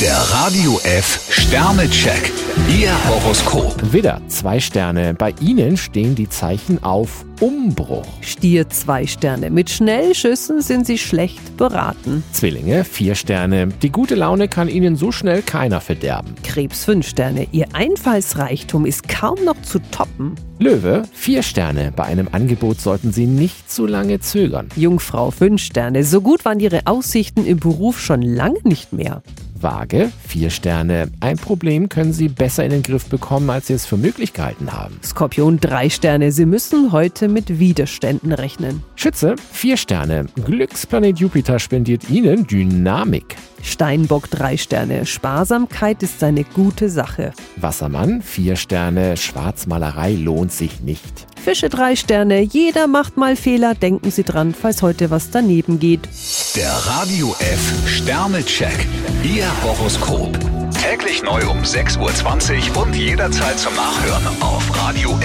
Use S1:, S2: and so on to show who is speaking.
S1: Der Radio F Sternecheck. Ihr Horoskop.
S2: Widder, zwei Sterne. Bei Ihnen stehen die Zeichen auf Umbruch.
S3: Stier zwei Sterne. Mit Schnellschüssen sind Sie schlecht beraten.
S2: Zwillinge, vier Sterne. Die gute Laune kann Ihnen so schnell keiner verderben.
S3: Krebs fünf Sterne. Ihr Einfallsreichtum ist kaum noch zu toppen.
S2: Löwe, vier Sterne. Bei einem Angebot sollten Sie nicht zu lange zögern.
S3: Jungfrau fünf Sterne. So gut waren Ihre Aussichten im Beruf schon lange nicht mehr.
S2: Waage, vier Sterne. Ein Problem können Sie besser in den Griff bekommen, als Sie es für möglich gehalten haben.
S3: Skorpion drei Sterne. Sie müssen heute mit Widerständen rechnen.
S2: Schütze, vier Sterne. Glücksplanet Jupiter spendiert Ihnen Dynamik.
S3: Steinbock drei Sterne. Sparsamkeit ist eine gute Sache.
S2: Wassermann, vier Sterne. Schwarzmalerei lohnt sich nicht.
S3: Fische drei Sterne. Jeder macht mal Fehler. Denken Sie dran, falls heute was daneben geht.
S1: Der Radio F Sternecheck. Ihr Horoskop. Täglich neu um 6.20 Uhr und jederzeit zum Nachhören auf Radio